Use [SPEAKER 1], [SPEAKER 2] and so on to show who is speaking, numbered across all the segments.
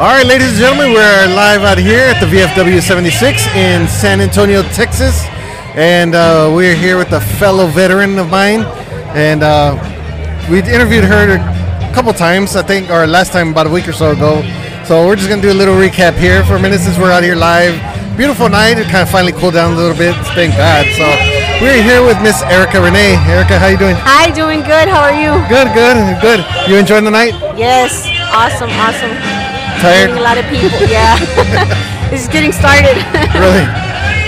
[SPEAKER 1] All right, ladies and gentlemen, we're live out here at the VFW 76 in San Antonio, Texas. And uh, we're here with a fellow veteran of mine. And uh, we interviewed her a couple times, I think, or last time about a week or so ago. So we're just going to do a little recap here for a minute since we're out here live. Beautiful night. It kind of finally cooled down a little bit. Thank God. So we're here with Miss Erica Renee. Erica, how you doing?
[SPEAKER 2] Hi, doing good. How are you?
[SPEAKER 1] Good, good, good. You enjoying the night?
[SPEAKER 2] Yes, awesome, awesome.
[SPEAKER 1] Tired?
[SPEAKER 2] Meeting a lot of people. Yeah, it's getting started.
[SPEAKER 1] Really?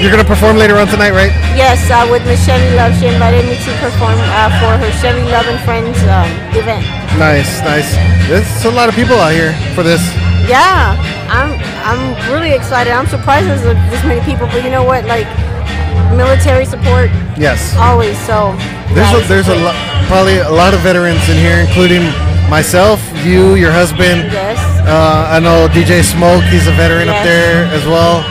[SPEAKER 1] You're going to perform later on tonight, right?
[SPEAKER 2] yes, uh, with Miss Chevy Love, she invited me to perform uh, for her Chevy Love and Friends um, event.
[SPEAKER 1] Nice, nice. There's a lot of people out here for this.
[SPEAKER 2] Yeah, I'm I'm really excited. I'm surprised there's uh, this many people, but you know what? Like military support
[SPEAKER 1] Yes.
[SPEAKER 2] always. So that
[SPEAKER 1] There's a,
[SPEAKER 2] is
[SPEAKER 1] there's a
[SPEAKER 2] great.
[SPEAKER 1] lot, probably a lot of veterans in here, including myself, you, your husband.
[SPEAKER 2] Yes.
[SPEAKER 1] Uh, I know DJ Smoke, he's a veteran up
[SPEAKER 2] Yes.
[SPEAKER 1] there as well.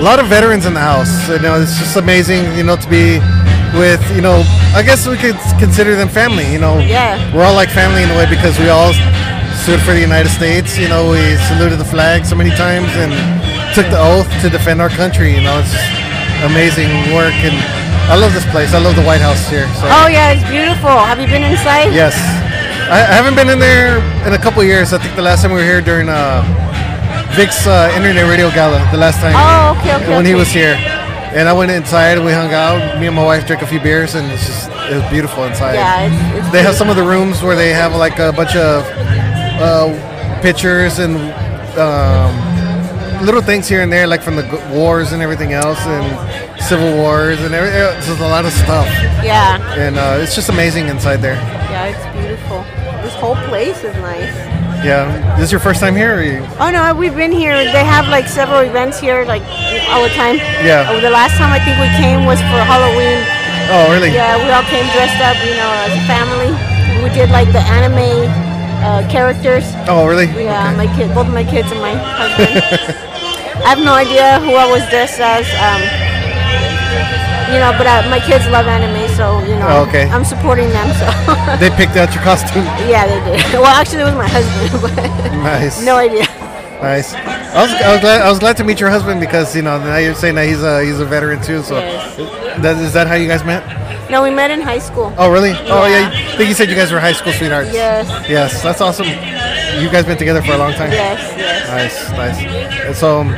[SPEAKER 1] A lot of veterans in the house. You know, it's just amazing, you know, to be with, you know, I guess we could consider them family, you know.
[SPEAKER 2] Yeah.
[SPEAKER 1] We're all like family in a way because we all stood for the United States. You know, we saluted the flag so many times and took the oath to defend our country. You know, it's amazing work. And I love this place. I love the White House here. So.
[SPEAKER 2] Oh yeah, it's beautiful. Have you been inside?
[SPEAKER 1] Yes. I, I haven't been in there in a couple years. I think the last time we were here during uh, Vic's uh, Internet Radio Gala, the last time.
[SPEAKER 2] Oh, okay, okay,
[SPEAKER 1] When he
[SPEAKER 2] okay.
[SPEAKER 1] was here. And I went inside and we hung out. Me and my wife drank a few beers and it's just, it was beautiful inside.
[SPEAKER 2] Yeah, it's, it's
[SPEAKER 1] They have
[SPEAKER 2] beautiful.
[SPEAKER 1] some of the rooms where they have like a bunch of uh, pictures and um, little things here and there, like from the g- wars and everything else, and civil wars and everything. It's just a lot of stuff,
[SPEAKER 2] Yeah.
[SPEAKER 1] and uh, it's just amazing inside there.
[SPEAKER 2] Yeah, it's beautiful. This whole place is nice.
[SPEAKER 1] Yeah, this is your first time here? Or you?
[SPEAKER 2] Oh no, we've been here. They have like several events here, like all the time.
[SPEAKER 1] Yeah.
[SPEAKER 2] Oh, the last time I think we came was for Halloween.
[SPEAKER 1] Oh, really?
[SPEAKER 2] Yeah, we all came dressed up, you know, as a family. We did like the anime uh, characters.
[SPEAKER 1] Oh, really?
[SPEAKER 2] Yeah,
[SPEAKER 1] Okay.
[SPEAKER 2] my kid, both my kids and my husband. I have no idea who I was dressed as. Um, you know, but I, my kids love anime, so you know,
[SPEAKER 1] Oh, okay.
[SPEAKER 2] I'm supporting them. So
[SPEAKER 1] They picked out your costume.
[SPEAKER 2] yeah, they did. Well, actually, it was my husband, but.
[SPEAKER 1] Nice.
[SPEAKER 2] No idea.
[SPEAKER 1] Nice. I was, I was glad. I was glad to meet your husband because you know now you're saying that he's a he's a veteran too. So,
[SPEAKER 2] Yes.
[SPEAKER 1] that, is that how you guys met?
[SPEAKER 2] No, we met in high school.
[SPEAKER 1] Oh, really? Oh, yeah.
[SPEAKER 2] Yeah.
[SPEAKER 1] I think you said you guys were high school sweethearts.
[SPEAKER 2] Yes.
[SPEAKER 1] Yes, that's awesome. You guys been together for a long time.
[SPEAKER 2] Yes, yes.
[SPEAKER 1] Nice, nice. And so um,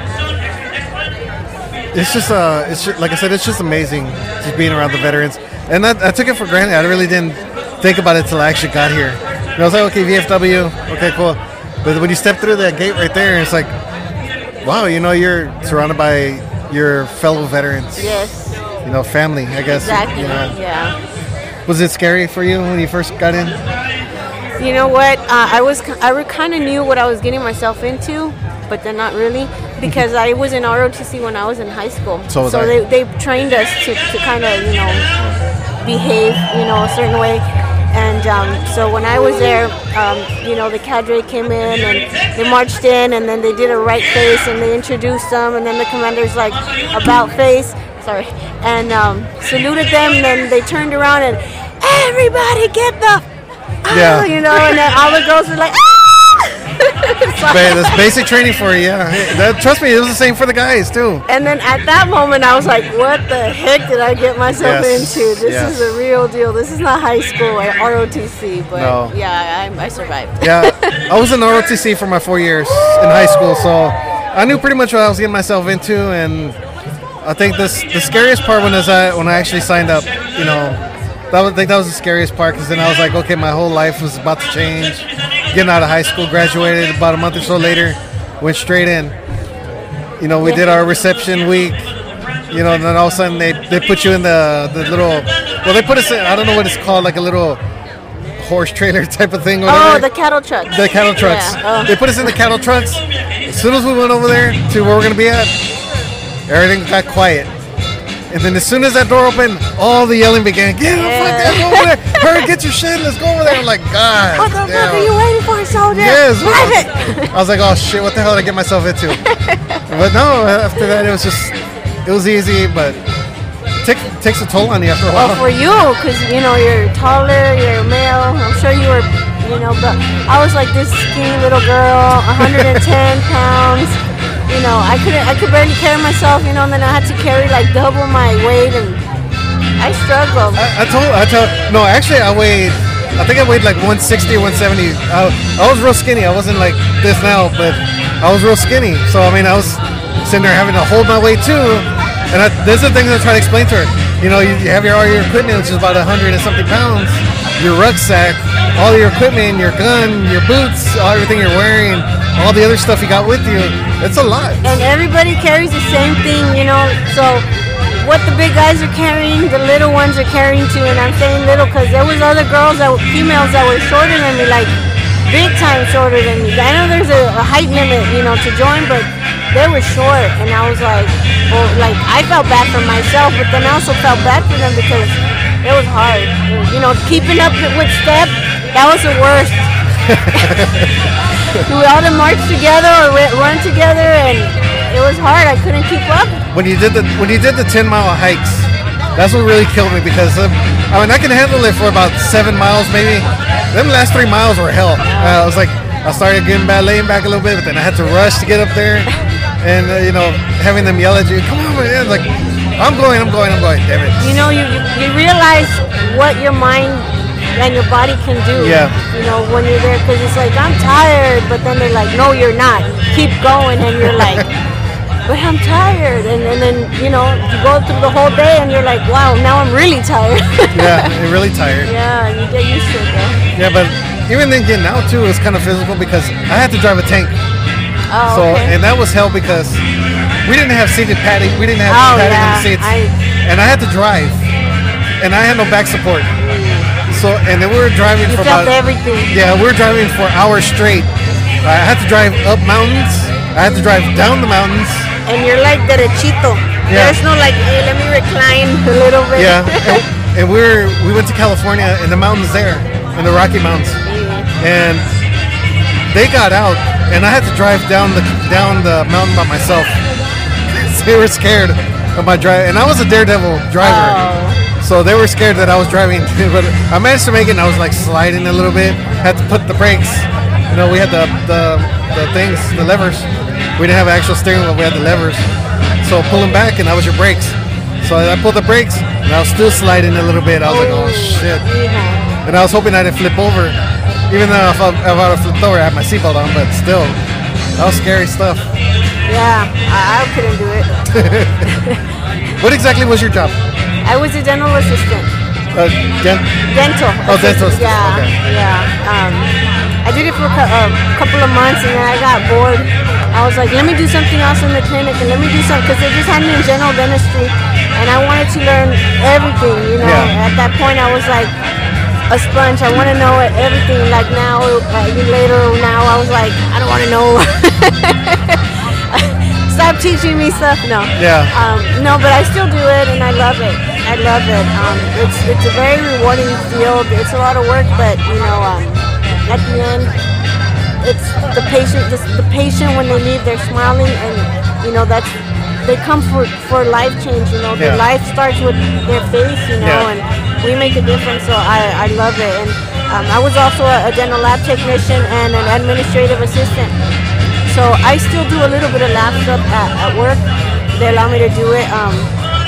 [SPEAKER 1] it's just uh, it's just, like I said, it's just amazing just being around the veterans. And I, I took it for granted. I really didn't think about it till I actually got here. And I was like, okay, VFW, okay, cool. But when you step through that gate right there, it's like, wow, you know, you're surrounded by your fellow veterans.
[SPEAKER 2] Yes.
[SPEAKER 1] You know, family, I guess.
[SPEAKER 2] Exactly.
[SPEAKER 1] you know.
[SPEAKER 2] Yeah.
[SPEAKER 1] Was it scary for you when you first got in?
[SPEAKER 2] You know what? Uh, I was I kind of knew what I was getting myself into, but then not really because I was in ROTC when I was in high school.
[SPEAKER 1] So was I.
[SPEAKER 2] they they trained us to, to kind of you know behave you know a certain way. And um, so when I was there, um, you know, the cadre came in and they marched in, and then they did a right face and they introduced them, and then the commander's like about face, sorry, and um, saluted them. And then they turned around and everybody get the, ah,"
[SPEAKER 1] Yeah.
[SPEAKER 2] you know, and then all the girls were like, ah!
[SPEAKER 1] Ba- that's basic training for you, yeah. That, trust me, it was the same for the guys too.
[SPEAKER 2] And then at that moment, I was like, what the heck did I get myself
[SPEAKER 1] Yes,
[SPEAKER 2] into? This
[SPEAKER 1] yes.
[SPEAKER 2] is the real deal. This is not high school at ROTC, but
[SPEAKER 1] No.
[SPEAKER 2] yeah, I, I survived.
[SPEAKER 1] yeah, I was in ROTC for my four years in high school, so I knew pretty much what I was getting myself into. And I think this the scariest part when is I when I actually signed up. You know, that was, I think that was the scariest part because then I was like, okay, my whole life was about to change. Getting out of high school, graduated about a month or so later, went straight in. You know, we did our reception week. You know, and then all of a sudden they, they put you in the, the little well they put us in I don't know what it's called like a little horse trailer type of thing.
[SPEAKER 2] Oh,
[SPEAKER 1] whatever
[SPEAKER 2] the cattle truck.
[SPEAKER 1] the cattle trucks.
[SPEAKER 2] Yeah. Oh. Uh,
[SPEAKER 1] They put us in the cattle trucks. As soon as we went over there to where we're gonna be at, everything got quiet. And then as soon as that door opened, all the yelling began. Get the fuck
[SPEAKER 2] Yeah.
[SPEAKER 1] out, over there! Hurry, get your shit. Let's go over there. I'm like, God.
[SPEAKER 2] What the
[SPEAKER 1] damn.
[SPEAKER 2] fuck are you waiting for, soldier?
[SPEAKER 1] Yes. what
[SPEAKER 2] Drive it!
[SPEAKER 1] the- I was like, oh shit, what the hell did I get myself into? but no, after that it was just, it was easy, but take, takes a toll on you after a while.
[SPEAKER 2] Well, for you, because you know you're taller, you're male. I'm sure you were, you you know. But I was like this skinny little girl, 110 pounds. You know, I couldn't, I could barely carry myself, you know. And then I had to carry like double my weight, and I struggled.
[SPEAKER 1] Um, I told, I told, no, actually, I weighed, I think I weighed like 160, 170. I, I was real skinny. I wasn't like this now, but I was real skinny. So, I mean, I was sitting there having to hold my weight too. And I, this is the thing that I try to explain to her. You know, you, you have your all your equipment, which is about 100 and something pounds, your rucksack, all your equipment, your gun, your boots, all everything you're wearing, all the other stuff you got with you. It's a lot.
[SPEAKER 2] and everybody carries the same thing, you know. So what the big guys are carrying, the little ones are carrying too. And I'm saying little because there was other girls that were females that were shorter than me, like big time shorter than me. I know there's a, a height limit, you know, to join, but they were short, and I was like, well, like I felt bad for myself, but then I also felt bad for them because it was hard, you know, keeping up with step. That was the worst. we all to march together or ri- run together, and it was hard. I couldn't keep up.
[SPEAKER 1] when you did the when you did the 10 mile hikes that's what really killed me because um, i mean i can handle it for about seven miles maybe them last three miles were hell uh, i was like i started getting bad laying back a little bit but then i had to rush to get up there and uh, you know having them yell at you come on man like i'm going i'm going i'm going damn it
[SPEAKER 2] You know, you, you, you realize what your mind and your body can do.
[SPEAKER 1] Yeah.
[SPEAKER 2] You know, when you're there, because it's like, I'm tired, but then they're like, no, you're not. Keep going. And you're like, but I'm tired. And, and then, you know, you go through the whole day and you're like, wow, now I'm really tired.
[SPEAKER 1] yeah it really tired
[SPEAKER 2] yeah, you get used to it, though.
[SPEAKER 1] yeah but even then getting out too was kind of physical because i had to drive a tank
[SPEAKER 2] Oh,
[SPEAKER 1] So
[SPEAKER 2] okay.
[SPEAKER 1] and that was hell because we didn't have seated padding. We didn't have
[SPEAKER 2] Oh,
[SPEAKER 1] padding in
[SPEAKER 2] yeah,
[SPEAKER 1] the seats,
[SPEAKER 2] I-
[SPEAKER 1] and I had to drive, and I had no back support. So and then we were driving
[SPEAKER 2] you
[SPEAKER 1] for
[SPEAKER 2] felt
[SPEAKER 1] about
[SPEAKER 2] everything.
[SPEAKER 1] yeah, we were driving for hours straight. I had to drive up mountains. I had to drive down the mountains.
[SPEAKER 2] And you're like derechito.
[SPEAKER 1] Yeah.
[SPEAKER 2] There's no like, hey, let me recline a little bit.
[SPEAKER 1] Yeah, and, and we were we went to California and the mountains there in the Rocky Mountains. and they got out, and I had to drive down the down the mountain by myself. they were scared of my drive, and I was a daredevil driver,
[SPEAKER 2] Oh.
[SPEAKER 1] so they were scared that I was driving. but I managed to make it, and I was like sliding a little bit. Had to put the brakes. You know, we had the the, the things, the levers. We didn't have actual steering wheel. We had the levers. So pulling back, and that was your brakes. So I pulled the brakes, and I was still sliding a little bit. I was like, oh shit.
[SPEAKER 2] Yeah.
[SPEAKER 1] And I was hoping I didn't flip over. Even though if I, if I flipped over, I had my seatbelt on, but still, that was scary stuff.
[SPEAKER 2] Yeah, I, I couldn't do it.
[SPEAKER 1] What exactly was your job?
[SPEAKER 2] I was a dental assistant.
[SPEAKER 1] Uh, Jen?
[SPEAKER 2] Dental.
[SPEAKER 1] Oh, dental
[SPEAKER 2] assistant,
[SPEAKER 1] assistant, okay.
[SPEAKER 2] Yeah, yeah. Um, I did it for a cou- a couple of months, and then I got bored. I was like, let me do something else in the clinic, and let me do something because they just had me in general dentistry, and I wanted to learn everything. You know,
[SPEAKER 1] Yeah.
[SPEAKER 2] at that point, I was like a sponge. I want to know everything. Like now, uh, later now, I was like, I don't want to know. Stop teaching me stuff. No.
[SPEAKER 1] Yeah.
[SPEAKER 2] Um, no, but I still do it, and I love it. I love it. Um, it's it's a very rewarding field. It's a lot of work, but you know, um, at the end, it's the patient. The, the patient when they leave, they're smiling, and you know that's they come for for life change. You know, their
[SPEAKER 1] Yeah.
[SPEAKER 2] life starts with their face. You know,
[SPEAKER 1] Yeah.
[SPEAKER 2] and we make a difference. So I I love it. And um, I was also a, a dental lab technician and an administrative assistant. So I still do a little bit of lab stuff at, at work. They allow me to do it, um,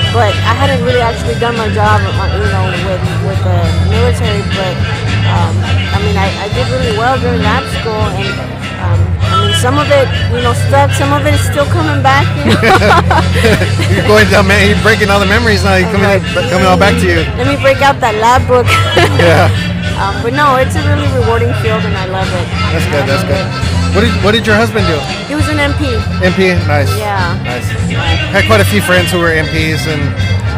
[SPEAKER 2] but I hadn't really actually done my job, uh, you know, with, with the military. But um, I mean, I, I did really well during lab school, and um, I mean, some of it, you know, stuck. Some of it is still coming back. You know?
[SPEAKER 1] You're going down, man. You're breaking all the memories now. You're coming,
[SPEAKER 2] Like,
[SPEAKER 1] coming all back to you.
[SPEAKER 2] Let me break out that lab book.
[SPEAKER 1] Yeah,
[SPEAKER 2] um, but no, it's a really rewarding field, and I love it.
[SPEAKER 1] that's good.
[SPEAKER 2] I
[SPEAKER 1] That's
[SPEAKER 2] love
[SPEAKER 1] good. What did What did your husband do?
[SPEAKER 2] it. He was an MP.
[SPEAKER 1] MP. Nice.
[SPEAKER 2] Yeah.
[SPEAKER 1] Nice. Had quite a few friends who were MPs, and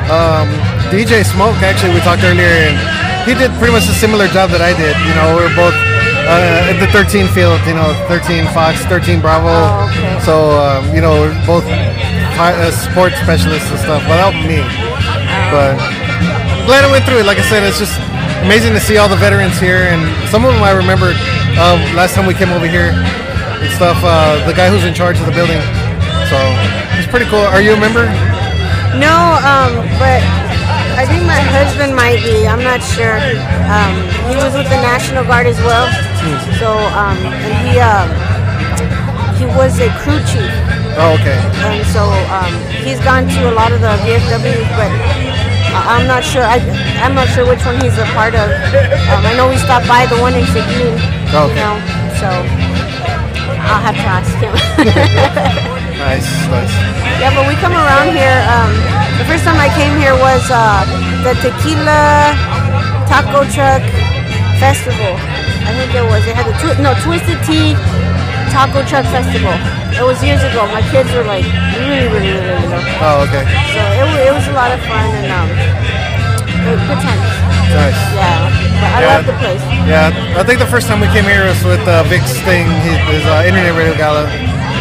[SPEAKER 1] um, DJ Smoke. Actually, we talked earlier, and he did pretty much a similar job that I did. You know, we were both uh, at the 13 field. You know, 13 Fox, 13 Bravo.
[SPEAKER 2] Oh, okay.
[SPEAKER 1] So um, you know, we we're both hi- uh, sports specialists and stuff. Without me,
[SPEAKER 2] Oh.
[SPEAKER 1] but glad I went through it. Like I said, it's just amazing to see all the veterans here, and some of them I remember uh, last time we came over here and stuff. Uh, the guy who's in charge of the building, so it's pretty cool. Are you a member?
[SPEAKER 2] No, um, but I think my husband might be. I'm not sure. Um, he was with the National Guard as well.
[SPEAKER 1] Hmm.
[SPEAKER 2] So um, and he um, he was a crew chief,
[SPEAKER 1] Oh, okay.
[SPEAKER 2] and so um, he's gone to a lot of the VFWs, but I- I'm not sure. I, I'm not sure which one he's a part of. Um, I know we stopped by the one in Seguin.
[SPEAKER 1] Okay.
[SPEAKER 2] You know, so I'll have to ask him.
[SPEAKER 1] Nice, nice.
[SPEAKER 2] Yeah, but we come around here. Um, the first time I came here was uh, the Tequila Taco Truck Festival. I think it was. They had the twi- no Twisted Tea Taco Truck Festival. It was years ago. My kids were like really, really, really, really young.
[SPEAKER 1] Oh, okay.
[SPEAKER 2] So it, wa- it was a lot of fun and um, good, good times.
[SPEAKER 1] Nice.
[SPEAKER 2] Yeah, but I
[SPEAKER 1] Yeah.
[SPEAKER 2] love the place.
[SPEAKER 1] Yeah, I think the first time we came here was with uh, Vic's thing, his, his uh, internet radio gala.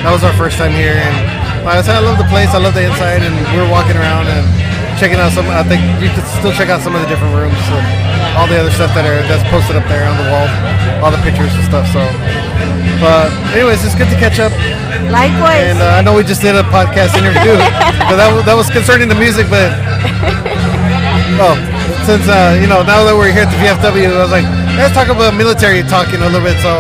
[SPEAKER 1] That was our first time here, and like I said, I love the place. I love the inside, and we were walking around and checking out some. I think you could still check out some of the different rooms and all the other stuff that are that's posted up there on the wall, all the pictures and stuff. So, but anyways, it's good to catch up.
[SPEAKER 2] Likewise.
[SPEAKER 1] And uh, I know we just did a podcast interview, but that, wa- that was concerning the music. But oh, since uh, you know now that we're here at the VFW, I was like, let's talk about military talking a little bit. So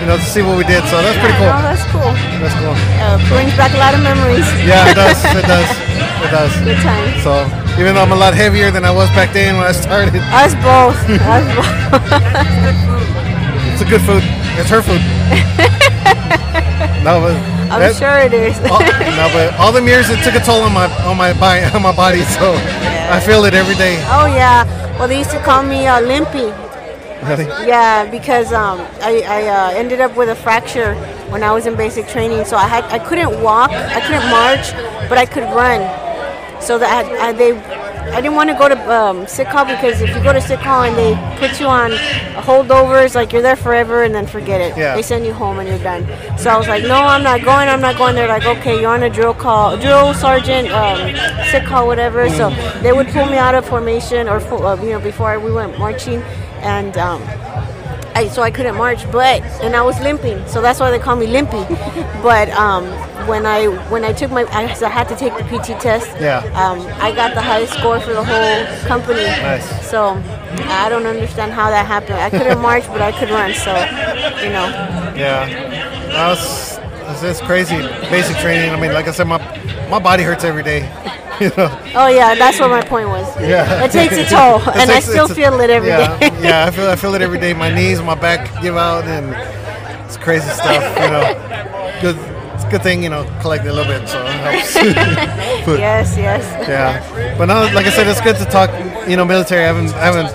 [SPEAKER 1] you know to see what we did. So that's pretty cool.
[SPEAKER 2] Oh, that's cool.
[SPEAKER 1] That's cool.
[SPEAKER 2] Uh, brings back a lot of memories.
[SPEAKER 1] Yeah, it does. It does. It does.
[SPEAKER 2] Good times.
[SPEAKER 1] So even though I'm a lot heavier than I was back then when I started,
[SPEAKER 2] Us both. Us both.
[SPEAKER 1] it's a good food. It's her food. No, but
[SPEAKER 2] I'm
[SPEAKER 1] that- Oh.
[SPEAKER 2] sure it is.
[SPEAKER 1] all, no, but all them years it took a toll on my on my body, on my body. So I feel it every day.
[SPEAKER 2] Oh yeah. Well, they used to call me uh, Limpy.
[SPEAKER 1] Really?
[SPEAKER 2] Yeah, because um, I, I uh, ended up with a fracture when I was in basic training, so I had I couldn't walk, I couldn't march, but I could run. So that I, I they I didn't want to go to um, sick hall because if you go to sick hall and they put you on holdovers, like you're there forever and then forget it.
[SPEAKER 1] Yeah.
[SPEAKER 2] They send you home and you're done. So I was like, no, I'm not going. I'm not going. They're like, okay, you're on a drill call, drill sergeant, um, sick call, whatever. So they would pull me out of formation or fu- uh, you know before we went marching, and um, I, so I couldn't march, but and I was limping, so that's why they call me Limpy. but um, when I when I took my I, so I had to take the PT test.
[SPEAKER 1] Yeah.
[SPEAKER 2] Um, I got the highest score for the whole company.
[SPEAKER 1] Nice.
[SPEAKER 2] So I don't understand how that happened. I couldn't march, but I could run. So you know,
[SPEAKER 1] Yeah, that's that's that's crazy. Basic training. I mean, like I said, my my body hurts every day. You know.
[SPEAKER 2] oh yeah, that's what my point was.
[SPEAKER 1] Yeah.
[SPEAKER 2] It takes a toll,
[SPEAKER 1] It
[SPEAKER 2] and I
[SPEAKER 1] takes-
[SPEAKER 2] still
[SPEAKER 1] it's a-
[SPEAKER 2] feel it every day.
[SPEAKER 1] yeah, yeah, I feel I feel it every day. My knees, my back give out, and it's crazy stuff. You know, good. It's a good thing you know collect a little bit, so it helps. But-
[SPEAKER 2] yes, yes.
[SPEAKER 1] Yeah, but now, like I said, it's good to talk. You know, military. I haven't, I haven't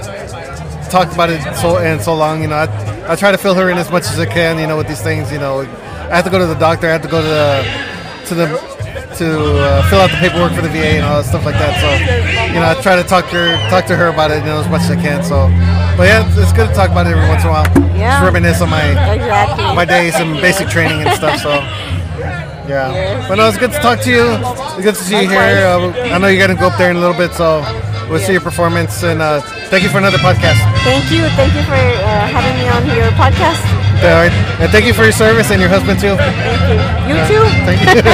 [SPEAKER 1] talked about it so in so long. You know, I, I try to fill her in as much as I can. You know, with these things. You know, I have to go to the doctor. I have to go to the to the to uh, fill out the paperwork for the VA and all that stuff like that. So, you know, I try to talk to her, talk to her about it. You know, as much as I can. So, but yeah, it's, it's good to talk about it every once in a while.
[SPEAKER 2] Yeah.
[SPEAKER 1] Just reminisce on my
[SPEAKER 2] Exactly.
[SPEAKER 1] my days and basic training and stuff. So. Yeah. But no, it's good to talk to you. It's good to see you here. Uh, I know you're going to go up there in a little bit, so we'll see your performance. And uh, thank you for another podcast.
[SPEAKER 2] Thank you, thank you for uh, having me on your podcast.
[SPEAKER 1] All right. And thank you for your service and your husband, too.
[SPEAKER 2] You too.
[SPEAKER 1] Thank you.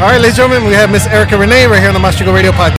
[SPEAKER 1] All right, ladies and gentlemen, we have Miss Erica Renee right here on the Mastrigo Radio Podcast.